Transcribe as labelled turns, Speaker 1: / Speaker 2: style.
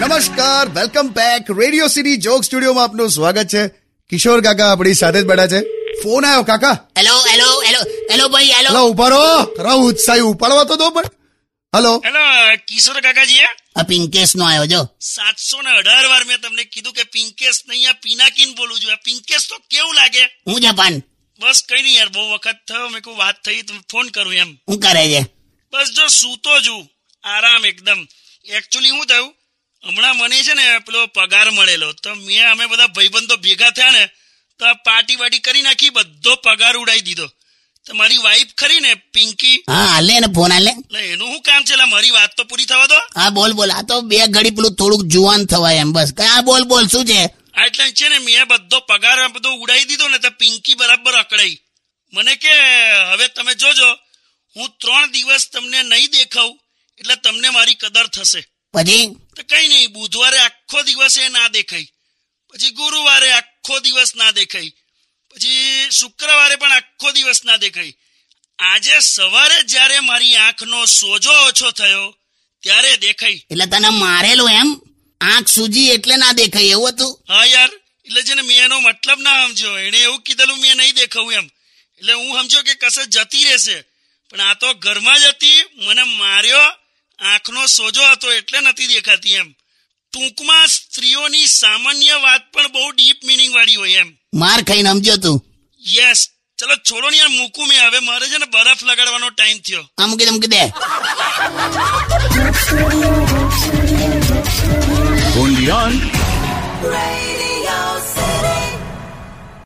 Speaker 1: નમસ્કાર welcome back radio city joke સ્ટુડિયોમાં આપનું સ્વાગત છે કિશોર કાકા આપણી સાથે જ બેઠા છે ફોન આવ્યો કાકા
Speaker 2: હેલો હેલો હેલો હેલો ભાઈ હેલો
Speaker 1: હલો ઉભા રહો ખરા ઉત્સાહી ઉપાડવા તો દો પણ હલો
Speaker 3: હેલો કિશોર કાકાજી
Speaker 2: આ પિંકેશ નો આવ્યો જો
Speaker 3: સાતસો ને અઢાર વાર મેં તમને કીધું કે પિંકેશ નહીં આ પિનાકીન બોલું છું આ પિંકેશ તો કેવું લાગે
Speaker 2: હું જપાન
Speaker 3: બસ કઈ નહીં યાર બહુ વખત થયો મેં કોઈ વાત થઈ તો ફોન કરું એમ
Speaker 2: હું કરે છે
Speaker 3: બસ જો સૂતો છું આરામ એકદમ એકચ્યુઅલી શું થયું હમણાં મને છે ને પેલો પગાર મળેલો તો મેં અમે બધા ભાઈબંધો ભેગા થયા ને તો આ પાર્ટી વાટી કરી નાખી બધો પગાર ઉડાઈ દીધો તો મારી વાઈફ ખરી ને પિંકી
Speaker 2: હા હાલે Ah, ને ફોન હાલે
Speaker 3: એટલે એનું શું કામ છે એટલે મારી વાત તો પૂરી થવા દો
Speaker 2: હા બોલ બોલ આ તો બે ઘડી પેલું થોડુંક જુવાન થવાય એમ બસ કઈ આ બોલ બોલ શું છે
Speaker 3: આ એટલે છે ને મેં બધો પગાર આ બધો ઉડાઈ દીધો ને તો પિંકી બરાબર અકળાઈ મને કે હવે તમે જોજો હું ત્રણ દિવસ તમને નહીં દેખાઉં એટલે તમને મારી કદર થશે
Speaker 2: પછી
Speaker 3: તો કઈ નહીં બુધવારે આખો દિવસ એ ના દેખાઈ પછી ગુરુવારે આખો દિવસ ના દેખાઈ પછી શુક્રવારે પણ આખો દિવસ ના દેખાઈ આજે સવારે જ્યારે મારી આંખનો સોજો ઓછો થયો ત્યારે દેખાઈ
Speaker 2: એટલે તને મારેલું એમ આંખ સૂજી એટલે ના દેખાય એવું હતું
Speaker 3: હા યાર એટલે છે ને મેં એનો મતલબ ના સમજ્યો એણે એવું કીધેલું મેં નહીં દેખાવું એમ એટલે હું સમજ્યો કે કશે જતી રહેશે પણ આ તો ઘરમાં જ હતી મને માર્યો આંખનો સોજો હતો એટલે નથી દેખાતી એમ ટૂંકમાં સ્ત્રીઓની સામાન્ય વાત પણ બહુ ડીપ મિનિંગ વાળી હોય એમ
Speaker 2: માર ખાઈને સમજ્યો તું
Speaker 3: યસ ચલો છોડો ને યાર મૂકું મેં હવે મારે છે ને બરફ લગાડવાનો ટાઈમ થયો
Speaker 2: આ મૂકી દે મૂકી દે
Speaker 4: only on
Speaker 5: Radio